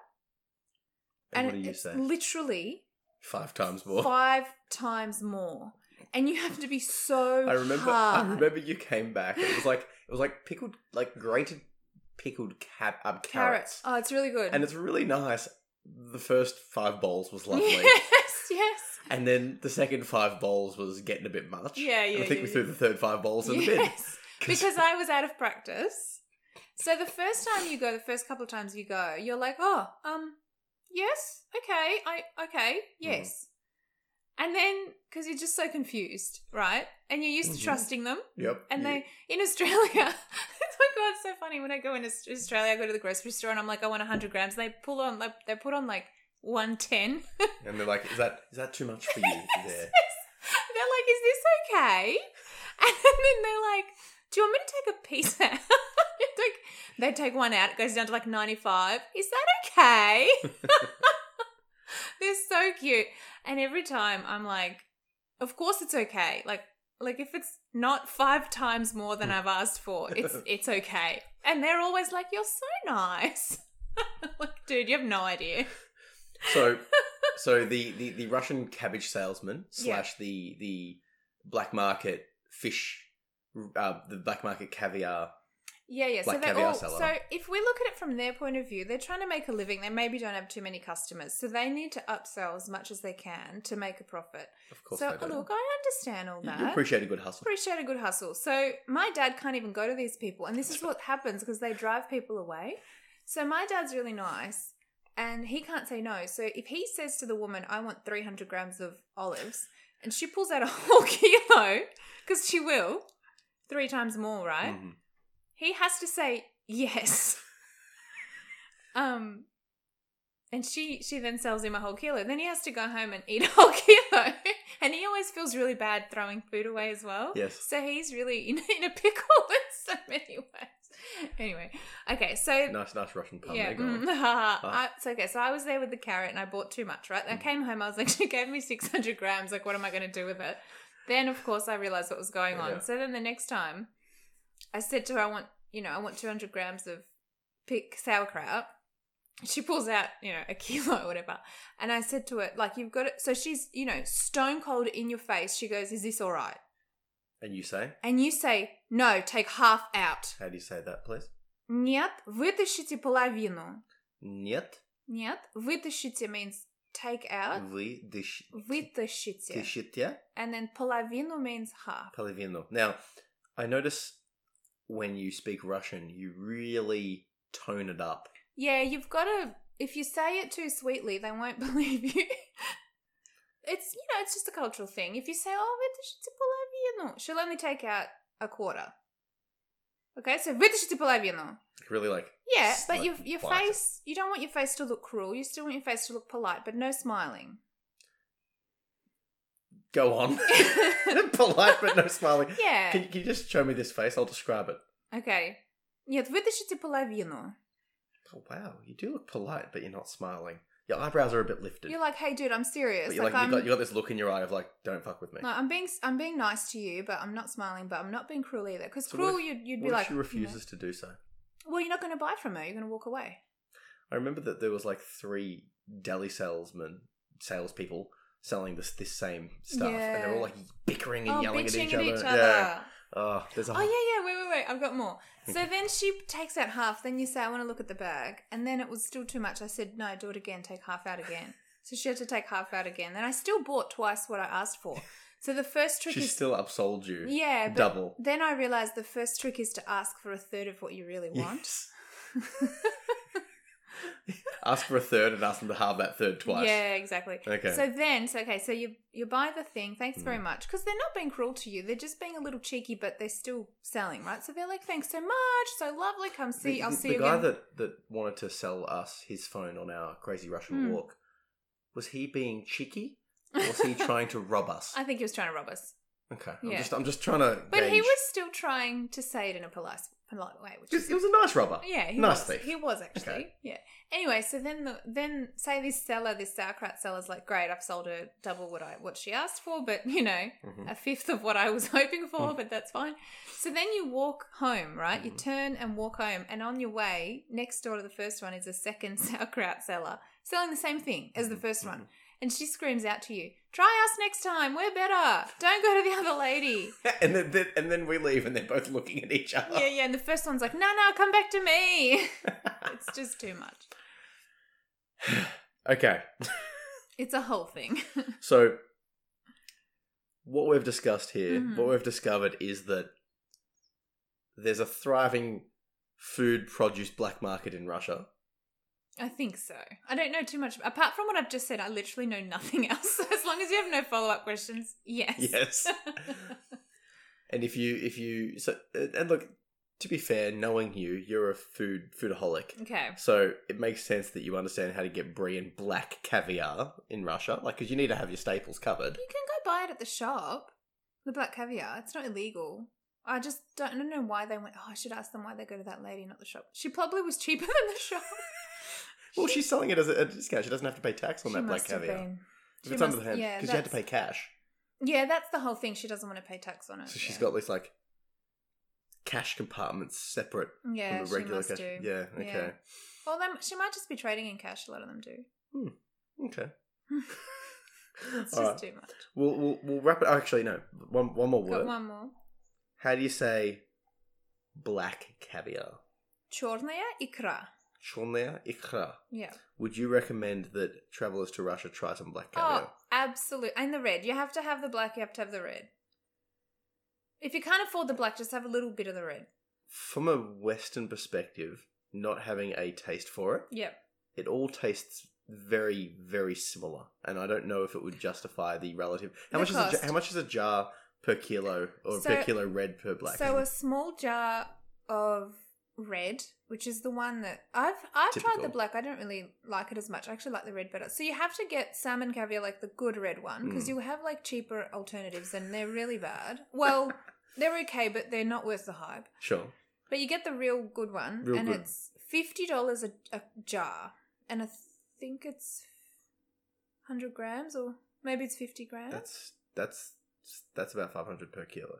Speaker 1: And, what do you
Speaker 2: it's
Speaker 1: say?
Speaker 2: literally
Speaker 1: Five times more.
Speaker 2: five times more. And you have to be so
Speaker 1: I remember.
Speaker 2: hard.
Speaker 1: I remember you came back. and It was like it was like pickled, like grated pickled cab um, carrots,
Speaker 2: Carrots. Oh, it's really good.
Speaker 1: and it's really nice. The first five bowls was lovely,
Speaker 2: Yes, yes.
Speaker 1: and then the second five bowls was getting a bit much.
Speaker 2: Yeah,
Speaker 1: And
Speaker 2: yeah,
Speaker 1: I think
Speaker 2: yeah,
Speaker 1: we
Speaker 2: yeah.
Speaker 1: threw the third five bowls in the bin.
Speaker 2: Yes, because I was out of practice. So the first time you go, the first couple of times you go, you're like, oh, um, yes, okay, I, okay, yes. And then, because you're just so confused, right? And you're used to
Speaker 1: Mhm.
Speaker 2: trusting them.
Speaker 1: Yep.
Speaker 2: And
Speaker 1: you-
Speaker 2: they, in Australia, it's like, oh, it's so funny. When I go in Aus- Australia, I go to the grocery store and I'm like, I want 100 grams. And they pull on, like, they put on like 110.
Speaker 1: and they're like, "Is that is that too much for you?" There.
Speaker 2: They're like, is this okay? And then they're like, do you want me to take a piece out? It's like, they take one out, it goes down to like 95. Is that okay? They're so cute. And every time I'm like, of course it's okay. Like, like if it's not five times more than I've asked for, it's it's okay. And they're always like, You're so nice. like, dude, you have no idea.
Speaker 1: So, so the, the the Russian cabbage salesman
Speaker 2: Yeah.
Speaker 1: slash the the black market fish, uh, the black market caviar.
Speaker 2: Yeah, yeah.
Speaker 1: Like
Speaker 2: so they
Speaker 1: caviar
Speaker 2: all
Speaker 1: seller.
Speaker 2: so if we look at it from their point of view, they're trying to make a living. They maybe don't have too many customers, so they need to upsell as much as they can to make a profit.
Speaker 1: Of course,
Speaker 2: so
Speaker 1: they do.
Speaker 2: look, I understand all
Speaker 1: You-
Speaker 2: that.
Speaker 1: you appreciate a good hustle.
Speaker 2: Appreciate a good hustle. So my dad can't even go to these people, and this is what happens because they drive people away. So my dad's really nice, and he can't say no. So if he says to the woman, "I want three hundred grams of olives," and she pulls out a whole kilo, because she will, three times more, right?
Speaker 1: Mhm.
Speaker 2: he has to say yes. um, and she she then sells him a whole kilo. Then he has to go home and eat a whole kilo, and he always feels really bad throwing food away as well.
Speaker 1: Yes.
Speaker 2: So he's really in, in a pickle in so many ways. Anyway, okay, so.
Speaker 1: Nice, nice Russian pun
Speaker 2: Yeah,
Speaker 1: there, Grant.
Speaker 2: mm, ha, ha. I, it's okay. So I was there with the carrot and I bought too much, right? I
Speaker 1: Ah. Mm.
Speaker 2: came home, I was like, she gave me 600 grams. Like, what am I going to do with it? Then, of course, I realized what was going on.
Speaker 1: Yeah.
Speaker 2: So then the next time, I said to her, I want, you know, I want 200 grams of pick sauerkraut. She pulls out, you know, a kilo or whatever. And I said to her, like, you've got it. So she's, you know, stone cold in your face. She goes, Is this all right?
Speaker 1: And you say,
Speaker 2: And you say, No, take half out.
Speaker 1: how do you say that, please?
Speaker 2: Нет, вытащите половину.
Speaker 1: Нет,
Speaker 2: Нет, вытащите means take out.
Speaker 1: вы дыш-
Speaker 2: Вытащите.
Speaker 1: дышите
Speaker 2: And then половину means half.
Speaker 1: половину. Now, I notice when you speak Russian, you really tone it up.
Speaker 2: Yeah, you've got to. If you say it too sweetly, they won't believe you. it's you know, it's just a cultural thing. If you say, "Oh, вытащите половину," she'll only take out a quarter. Okay, so вытащите половину.
Speaker 1: Really, like
Speaker 2: Yeah,
Speaker 1: s-
Speaker 2: but
Speaker 1: like
Speaker 2: your your
Speaker 1: bite it.
Speaker 2: face. You don't want your face to look cruel. You still want your face to look polite, but no smiling.
Speaker 1: Go on. Polite but no smiling.
Speaker 2: Yeah.
Speaker 1: Can, can you just show me this face? I'll describe it.
Speaker 2: Okay. Нет, вытащите половину.
Speaker 1: Oh, wow, you do look polite, but you're not smiling. Your eyebrows are a bit lifted.
Speaker 2: You're like, hey, dude, I'm serious.
Speaker 1: but you're
Speaker 2: like,
Speaker 1: like,
Speaker 2: I'm,
Speaker 1: you got you got this look in your eye of like, don't fuck with me.
Speaker 2: no, I'm being, I'm being nice to you, but I'm not smiling, but I'm not being cruel either. Because
Speaker 1: So what
Speaker 2: cruel,
Speaker 1: if-
Speaker 2: you'd, you'd
Speaker 1: what
Speaker 2: be
Speaker 1: if
Speaker 2: like,
Speaker 1: she
Speaker 2: you know,
Speaker 1: refuses to do so?
Speaker 2: well, you're not going to buy from her. You're going to walk away.
Speaker 1: I remember that there was like three deli salesmen, salespeople selling this this same stuff, and they're all like bickering and
Speaker 2: oh,
Speaker 1: yelling at
Speaker 2: bitching
Speaker 1: each,
Speaker 2: at
Speaker 1: other.
Speaker 2: each other.
Speaker 1: Yeah. Oh, there's a
Speaker 2: Oh
Speaker 1: whole-
Speaker 2: yeah, yeah. Wait, wait, wait. I've got more. So then she takes out half. Then you say, I want to look at the bag, and then it was still too much. I said, no, do it again. Take half out again. So she had to take half out again. Then I still bought twice what I asked for. So the first trick
Speaker 1: She
Speaker 2: is
Speaker 1: still upsold you.
Speaker 2: yeah, but
Speaker 1: double.
Speaker 2: Then I realized the first trick is to ask for a third of what you really want.
Speaker 1: Yes. Ask for a third and ask them to halve that third twice.
Speaker 2: Yeah, exactly.
Speaker 1: Okay. Mm.
Speaker 2: So then, so okay, so you you buy the thing. Thanks very much, because they're not being cruel to you. They're just being a little cheeky, but they're still selling, right? So they're like, thanks so much, so lovely. Come see,
Speaker 1: the,
Speaker 2: I'll
Speaker 1: the-
Speaker 2: see
Speaker 1: the
Speaker 2: you
Speaker 1: guy
Speaker 2: again.
Speaker 1: that that wanted to sell us his phone on our crazy Russian
Speaker 2: Hmm.
Speaker 1: walk was he being cheeky or was he trying to rob us?
Speaker 2: I think he was trying to rob us,
Speaker 1: okay, I'm
Speaker 2: yeah.
Speaker 1: just I'm just trying to.
Speaker 2: but he
Speaker 1: gauge-
Speaker 2: was still trying to say it in a polite polite way, which
Speaker 1: Just,
Speaker 2: is
Speaker 1: it was a nice robber.
Speaker 2: Yeah, he
Speaker 1: nice
Speaker 2: was.
Speaker 1: thief.
Speaker 2: He was actually.
Speaker 1: Okay.
Speaker 2: Yeah. Anyway, so then the then say this seller, this sauerkraut seller's like, great, I've sold her double what I what she asked for, but you know,
Speaker 1: Mhm.
Speaker 2: a fifth of what I was hoping for,
Speaker 1: Mm.
Speaker 2: but that's fine. So then you walk home, right? You
Speaker 1: Mhm.
Speaker 2: turn and walk home, and on your way, next door to the first one is a second sauerkraut seller selling the same thing as the
Speaker 1: Mhm.
Speaker 2: first
Speaker 1: Mhm.
Speaker 2: one, and she screams out to you, "Try us next time. We're better. Don't go to the other lady."
Speaker 1: and then, then and then we leave and they're both looking at each other.
Speaker 2: yeah, yeah. And the first one's like, "No, no, come back to me." it's just too much.
Speaker 1: Okay,
Speaker 2: It's a whole thing.
Speaker 1: so what we've discussed here,
Speaker 2: Mhm.
Speaker 1: what we've discovered is that there's a thriving food produce black market in Russia.
Speaker 2: I think so. I don't know too much. Apart from what I've just said, I literally know nothing else. As long as you have no follow up questions, yes.
Speaker 1: Yes. And if you if you so and and look, to be fair, knowing you, you're a food foodaholic.
Speaker 2: okay.
Speaker 1: So it makes sense that you understand how to get brie and black caviar in Russia, like because you need to have your staples covered.
Speaker 2: You can go buy it at the shop, the black caviar. It's not illegal. I just don't, I don't know why they went. Oh, I should ask them why they go to that lady, not the shop. She probably was cheaper than the shop.
Speaker 1: Well, she's selling it as a, a discount. She doesn't have to pay tax on
Speaker 2: She
Speaker 1: that black
Speaker 2: must have
Speaker 1: caviar.
Speaker 2: been.
Speaker 1: If
Speaker 2: She
Speaker 1: it's under the
Speaker 2: must-
Speaker 1: hand,
Speaker 2: yeah,
Speaker 1: because you had to pay
Speaker 2: that's-
Speaker 1: cash.
Speaker 2: Yeah, that's the whole thing. She doesn't want to pay tax on it.
Speaker 1: So she's
Speaker 2: yeah.
Speaker 1: got these like cash compartments separate
Speaker 2: Yeah,
Speaker 1: from the regular
Speaker 2: she must
Speaker 1: cash.
Speaker 2: do.
Speaker 1: Yeah.
Speaker 2: Yeah.
Speaker 1: Okay.
Speaker 2: Well, they, she might just be trading in cash. A lot of them do.
Speaker 1: Okay.
Speaker 2: It's
Speaker 1: All
Speaker 2: just too much.
Speaker 1: We'll, we'll we'll wrap it. Actually, no. One one more word.
Speaker 2: Got one more.
Speaker 1: How do you say black caviar?
Speaker 2: Chornaya ikra.
Speaker 1: Chornea ikra.
Speaker 2: Yeah.
Speaker 1: Would you recommend that travelers to Russia try some black
Speaker 2: Oh,
Speaker 1: caviar?
Speaker 2: absolute. And the red. You have to have the black, you have to have the red. If you can't afford the black, just have a little bit of the red.
Speaker 1: From a Western perspective, not having a taste for it,
Speaker 2: Yep.
Speaker 1: it all tastes very, very similar, and I don't know if it would justify the relative. How
Speaker 2: The
Speaker 1: much is a,
Speaker 2: cost.
Speaker 1: jar- how much is a jar per kilo or
Speaker 2: So-
Speaker 1: per kilo red per black?
Speaker 2: So a small jar of red, which is the one that I've I've tried the
Speaker 1: Typical.
Speaker 2: black. I don't really like it as much. I actually like the red better. So you have to get salmon caviar, like the good red one, because
Speaker 1: Mm.
Speaker 2: you have like cheaper alternatives, and they're really bad. Well, they're okay, but they're not worth the hype.
Speaker 1: sure.
Speaker 2: But you get the real good one,
Speaker 1: Real
Speaker 2: and
Speaker 1: good.
Speaker 2: it's fifty dollars a a jar, and I think it's hundred grams, or maybe it's fifty grams,
Speaker 1: That's that's that's about five hundred per kilo.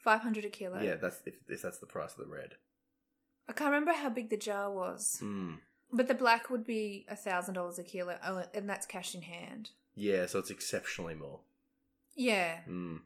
Speaker 2: five hundred a kilo.
Speaker 1: Yeah, that's if, if that's the price of the red.
Speaker 2: I can't remember how big the jar was,
Speaker 1: Mm.
Speaker 2: but the black would be a thousand dollars a kilo, oh, and that's cash in hand.
Speaker 1: Yeah, so it's exceptionally more.
Speaker 2: Yeah.
Speaker 1: Mm.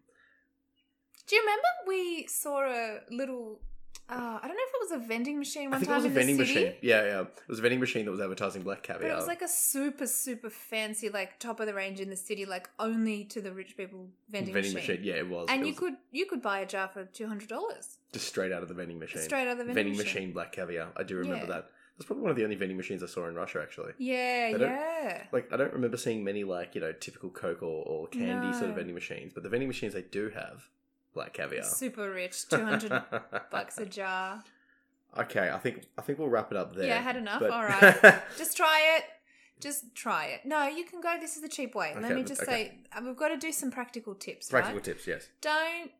Speaker 2: Do you remember we saw a little? Uh, I don't know if it was a vending machine
Speaker 1: I
Speaker 2: one
Speaker 1: think it was
Speaker 2: time
Speaker 1: a
Speaker 2: in the
Speaker 1: vending
Speaker 2: city.
Speaker 1: machine. Yeah, yeah, it was a vending machine that was advertising black caviar.
Speaker 2: But it was like a super, super fancy, like top of the range in the city, like only to the rich people vending, machine.
Speaker 1: Yeah, it was.
Speaker 2: and
Speaker 1: It
Speaker 2: you
Speaker 1: was
Speaker 2: could you could buy a jar for two hundred dollars
Speaker 1: just straight out of the vending machine.
Speaker 2: straight out of the
Speaker 1: vending,
Speaker 2: vending,
Speaker 1: machine. black caviar. I do remember
Speaker 2: Yeah.
Speaker 1: that. That's probably one of the only vending machines I saw in Russia actually.
Speaker 2: Yeah,
Speaker 1: They don't-
Speaker 2: yeah.
Speaker 1: Like I don't remember seeing many like you know typical Coke or, or candy sort
Speaker 2: No.
Speaker 1: of vending machines, but the vending machines they do have black caviar.
Speaker 2: Super rich, two hundred bucks a jar.
Speaker 1: Okay, I think I think we'll wrap it up there.
Speaker 2: Yeah, I had enough,
Speaker 1: but-
Speaker 2: all right. Just try it. Just try it. No, you can go. This is the cheap way. Let
Speaker 1: Okay,
Speaker 2: me just
Speaker 1: okay.
Speaker 2: say, uh, we've got to do some practical tips.
Speaker 1: Practical
Speaker 2: right?
Speaker 1: tips, yes.
Speaker 2: Don't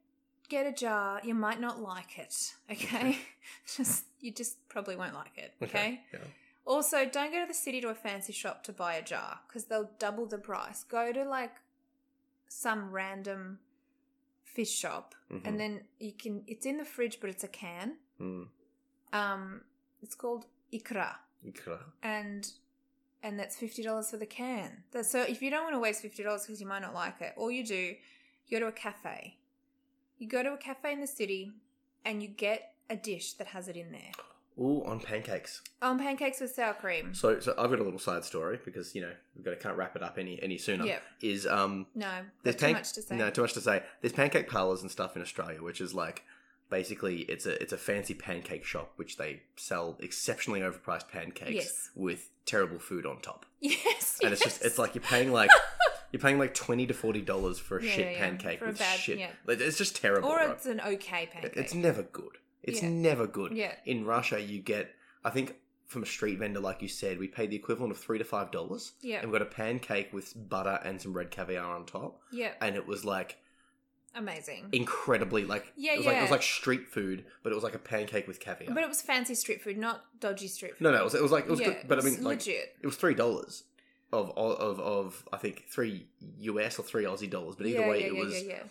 Speaker 2: get a jar. You might not like it. Okay, just you just probably won't like it. okay?
Speaker 1: yeah.
Speaker 2: Also, don't go to the city to a fancy shop to buy a jar because they'll double the price. Go to like some random fish shop,
Speaker 1: Mhm.
Speaker 2: and then you can. It's in the fridge, but it's a can.
Speaker 1: Mm.
Speaker 2: Um, it's called ikra,
Speaker 1: Ikra.
Speaker 2: and and that's fifty dollars for the can. That- So if you don't want to waste fifty dollars because you might not like it, all you do, you go to a cafe. You go to a cafe in the city, and you get a dish that has it in there.
Speaker 1: Ooh, on pancakes.
Speaker 2: On pancakes with sour cream.
Speaker 1: So, so I've got a little side story because you know we've got, I can't wrap it up any any sooner.
Speaker 2: Yep.
Speaker 1: Is um
Speaker 2: No,
Speaker 1: there's
Speaker 2: there's too
Speaker 1: pan-
Speaker 2: much to say.
Speaker 1: No, too much to say. There's pancake parlors and stuff in Australia, which is like Basically, it's a it's a fancy pancake shop which they sell exceptionally overpriced pancakes
Speaker 2: Yes.
Speaker 1: with terrible food on top.
Speaker 2: Yes.
Speaker 1: And it's just
Speaker 2: yes.
Speaker 1: it's like you're paying like you're paying like twenty to forty dollars for a
Speaker 2: Yeah,
Speaker 1: shit
Speaker 2: yeah, yeah.
Speaker 1: pancake
Speaker 2: For a
Speaker 1: with
Speaker 2: bad-
Speaker 1: shit.
Speaker 2: yeah.
Speaker 1: Like, it's just terrible.
Speaker 2: or
Speaker 1: right?
Speaker 2: it's an okay pancake.
Speaker 1: It's never good. It's
Speaker 2: Yeah.
Speaker 1: never good.
Speaker 2: Yeah.
Speaker 1: In Russia, you get, I think, from a street vendor, like you said, we paid the equivalent of three to five dollars.
Speaker 2: Yeah.
Speaker 1: And we got a pancake with butter and some red caviar on top,
Speaker 2: yeah,
Speaker 1: and it was like
Speaker 2: amazing.
Speaker 1: incredibly like
Speaker 2: Yeah,
Speaker 1: it was like it was
Speaker 2: yeah.
Speaker 1: like street food, but it was like a pancake with caviar.
Speaker 2: But it was fancy street food, not dodgy street food.
Speaker 1: no, no, it was, it was like it was
Speaker 2: yeah,
Speaker 1: good, but I
Speaker 2: it was
Speaker 1: mean, like,
Speaker 2: legit.
Speaker 1: it was three dollars of of of I think three US or three Aussie dollars, but either
Speaker 2: yeah,
Speaker 1: way,
Speaker 2: yeah,
Speaker 1: it
Speaker 2: yeah,
Speaker 1: was
Speaker 2: yeah, yeah,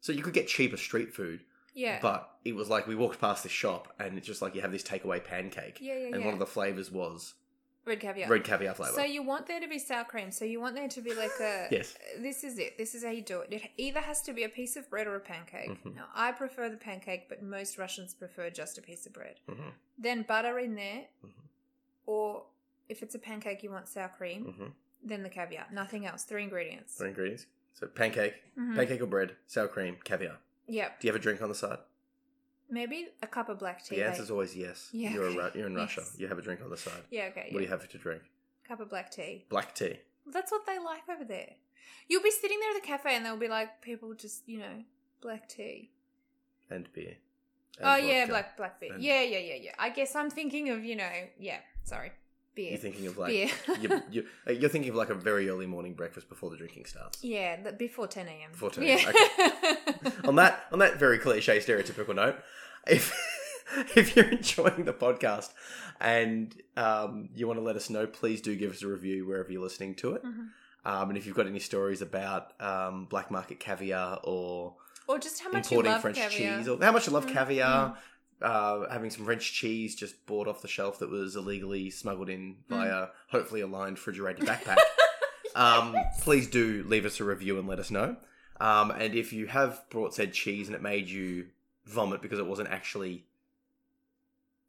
Speaker 1: so you could get cheaper street food,
Speaker 2: yeah.
Speaker 1: But it was like we walked past this shop and it's just like you have this takeaway pancake.
Speaker 2: Yeah, yeah,
Speaker 1: And
Speaker 2: yeah.
Speaker 1: one of the flavors was
Speaker 2: red caviar.
Speaker 1: red caviar flavor.
Speaker 2: So you want there to be sour cream. So you want there to be like a uh,
Speaker 1: Yes.
Speaker 2: This is it. This is how you do it. It either has to be a piece of bread or a pancake.
Speaker 1: Mhm.
Speaker 2: Now I prefer the pancake, but most Russians prefer just a piece of bread.
Speaker 1: Mhm.
Speaker 2: Then butter in there,
Speaker 1: Mhm.
Speaker 2: or if it's a pancake, you want sour cream.
Speaker 1: Mhm.
Speaker 2: Then the caviar. Nothing else. Three ingredients.
Speaker 1: Three ingredients. So pancake,
Speaker 2: Mhm.
Speaker 1: pancake or bread, sour cream, caviar.
Speaker 2: Yep.
Speaker 1: Do you have a drink on the side?
Speaker 2: Maybe a cup of black tea.
Speaker 1: the
Speaker 2: like-
Speaker 1: answer's always yes.
Speaker 2: Yeah,
Speaker 1: You're, a,
Speaker 2: okay.
Speaker 1: Ru- you're in Russia.
Speaker 2: Yes.
Speaker 1: You have a drink on the side.
Speaker 2: yeah. Okay.
Speaker 1: What do
Speaker 2: yeah.
Speaker 1: you have to drink?
Speaker 2: Cup of black tea.
Speaker 1: Black tea.
Speaker 2: That's what they like over there. You'll be sitting there at the cafe, and they'll be like, people just you know, black tea.
Speaker 1: And beer. And
Speaker 2: Oh yeah,
Speaker 1: vodka.
Speaker 2: black black beer.
Speaker 1: And-
Speaker 2: Yeah, yeah, yeah, yeah. I guess I'm thinking of you know, yeah. Sorry, beer.
Speaker 1: You're thinking of like
Speaker 2: beer.
Speaker 1: you, you, uh, you're thinking of like a very early morning breakfast before the drinking starts.
Speaker 2: yeah, the, before ten a.m.
Speaker 1: Before 10
Speaker 2: Yeah.
Speaker 1: a.m., on that on that very cliche stereotypical note, if if you're enjoying the podcast and um, you want to let us know, please do give us a review wherever you're listening to it.
Speaker 2: Mhm.
Speaker 1: Um, and if you've got any stories about um, black market caviar or
Speaker 2: or just how much you
Speaker 1: importing
Speaker 2: love
Speaker 1: French
Speaker 2: caviar.
Speaker 1: cheese, or how much you love
Speaker 2: Mm,
Speaker 1: caviar, uh, having some French cheese just bought off the shelf that was illegally smuggled
Speaker 2: Mm.
Speaker 1: in by a hopefully a lined refrigerated backpack. um, please do leave us a review and let us know. Um, and if you have brought said cheese and it made you vomit because it wasn't actually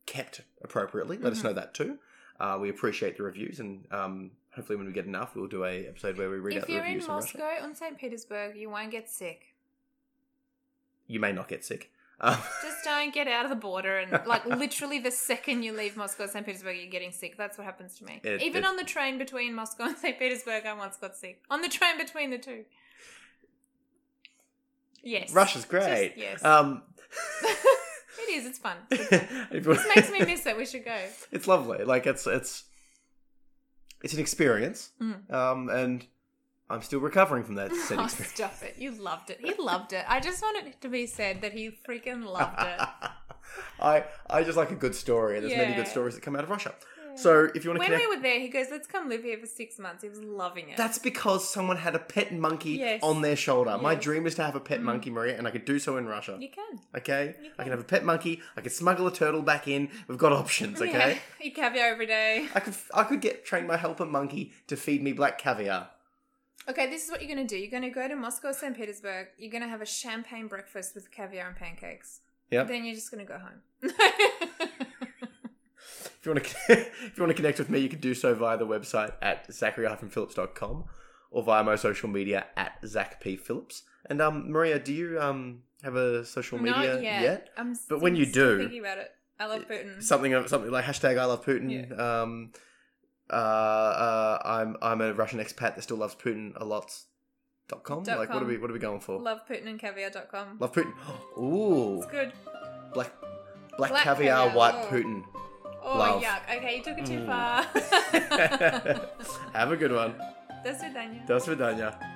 Speaker 1: kept appropriately, let us
Speaker 2: Mhm.
Speaker 1: know that too. Uh, we appreciate the reviews, and um, hopefully, when we get enough, we'll do a episode where we read out
Speaker 2: if
Speaker 1: the
Speaker 2: you're
Speaker 1: reviews
Speaker 2: in
Speaker 1: from Russia.
Speaker 2: Moscow and St. Petersburg, you won't get sick.
Speaker 1: You may not get sick. Um,
Speaker 2: Just don't get out of the border and like literally the second you leave Moscow and St. Petersburg, you're getting sick. That's what happens to me.
Speaker 1: It-
Speaker 2: Even
Speaker 1: it-
Speaker 2: on the train between Moscow and St. Petersburg, I once got sick. On the train between the two. Yes.
Speaker 1: Russia's great.
Speaker 2: Just- yes.
Speaker 1: Um,
Speaker 2: it is. It's fun.
Speaker 1: if you-
Speaker 2: This makes me miss it. We should go.
Speaker 1: it's lovely. Like it's it's it's an experience,
Speaker 2: Mm.
Speaker 1: um, and I'm still recovering from that said
Speaker 2: Oh,
Speaker 1: experience.
Speaker 2: stop it. You loved it. He loved it. I just want it to be said that he freaking loved it.
Speaker 1: I I just like a good story, and there's many good
Speaker 2: Yeah.
Speaker 1: stories that come out of Russia. So if you want to
Speaker 2: When
Speaker 1: connect,
Speaker 2: we were there, he goes, let's come live here for six months. He was loving it.
Speaker 1: that's because someone had a pet monkey
Speaker 2: Yes.
Speaker 1: on their shoulder. My
Speaker 2: Yes.
Speaker 1: dream is to have a pet
Speaker 2: Mm.
Speaker 1: monkey, Maria, and I could do so in Russia.
Speaker 2: you can.
Speaker 1: Okay, I
Speaker 2: You
Speaker 1: can
Speaker 2: can.
Speaker 1: have a pet monkey. I could smuggle a turtle back in. We've got options. Okay.
Speaker 2: Yeah. Eat caviar every day.
Speaker 1: I could I could get train my helper monkey to feed me black caviar.
Speaker 2: Okay, this is what you're going to do. You're going to go to Moscow, or St. Petersburg. You're going to have a champagne breakfast with caviar and pancakes.
Speaker 1: Yep.
Speaker 2: Then you're just going to go home.
Speaker 1: If you want to if you want to connect with me, you can do so via the website at zachary-phillips.com or via my social media at Zach P Phillips. And um, Maria, do you um have a social media
Speaker 2: Not yet. I'm
Speaker 1: But when you
Speaker 2: still
Speaker 1: do- eh,
Speaker 2: thinking about it. I love Putin.
Speaker 1: Something of something like hashtag I love Putin. Um, uh, uh, I'm I'm a Russian expat that still loves Putin a lot. Dot com.
Speaker 2: Dot
Speaker 1: like what are
Speaker 2: com.
Speaker 1: we what are we going for?
Speaker 2: Love Putin and caviar.com.
Speaker 1: Love Putin. Ooh,
Speaker 2: It's good.
Speaker 1: black black,
Speaker 2: Black
Speaker 1: caviar,
Speaker 2: caviar,
Speaker 1: white
Speaker 2: oh.
Speaker 1: Putin.
Speaker 2: Oh,
Speaker 1: Love.
Speaker 2: yuck. Okay, you took it too
Speaker 1: Mm.
Speaker 2: far.
Speaker 1: have a good one.
Speaker 2: До свидания.
Speaker 1: До свидания.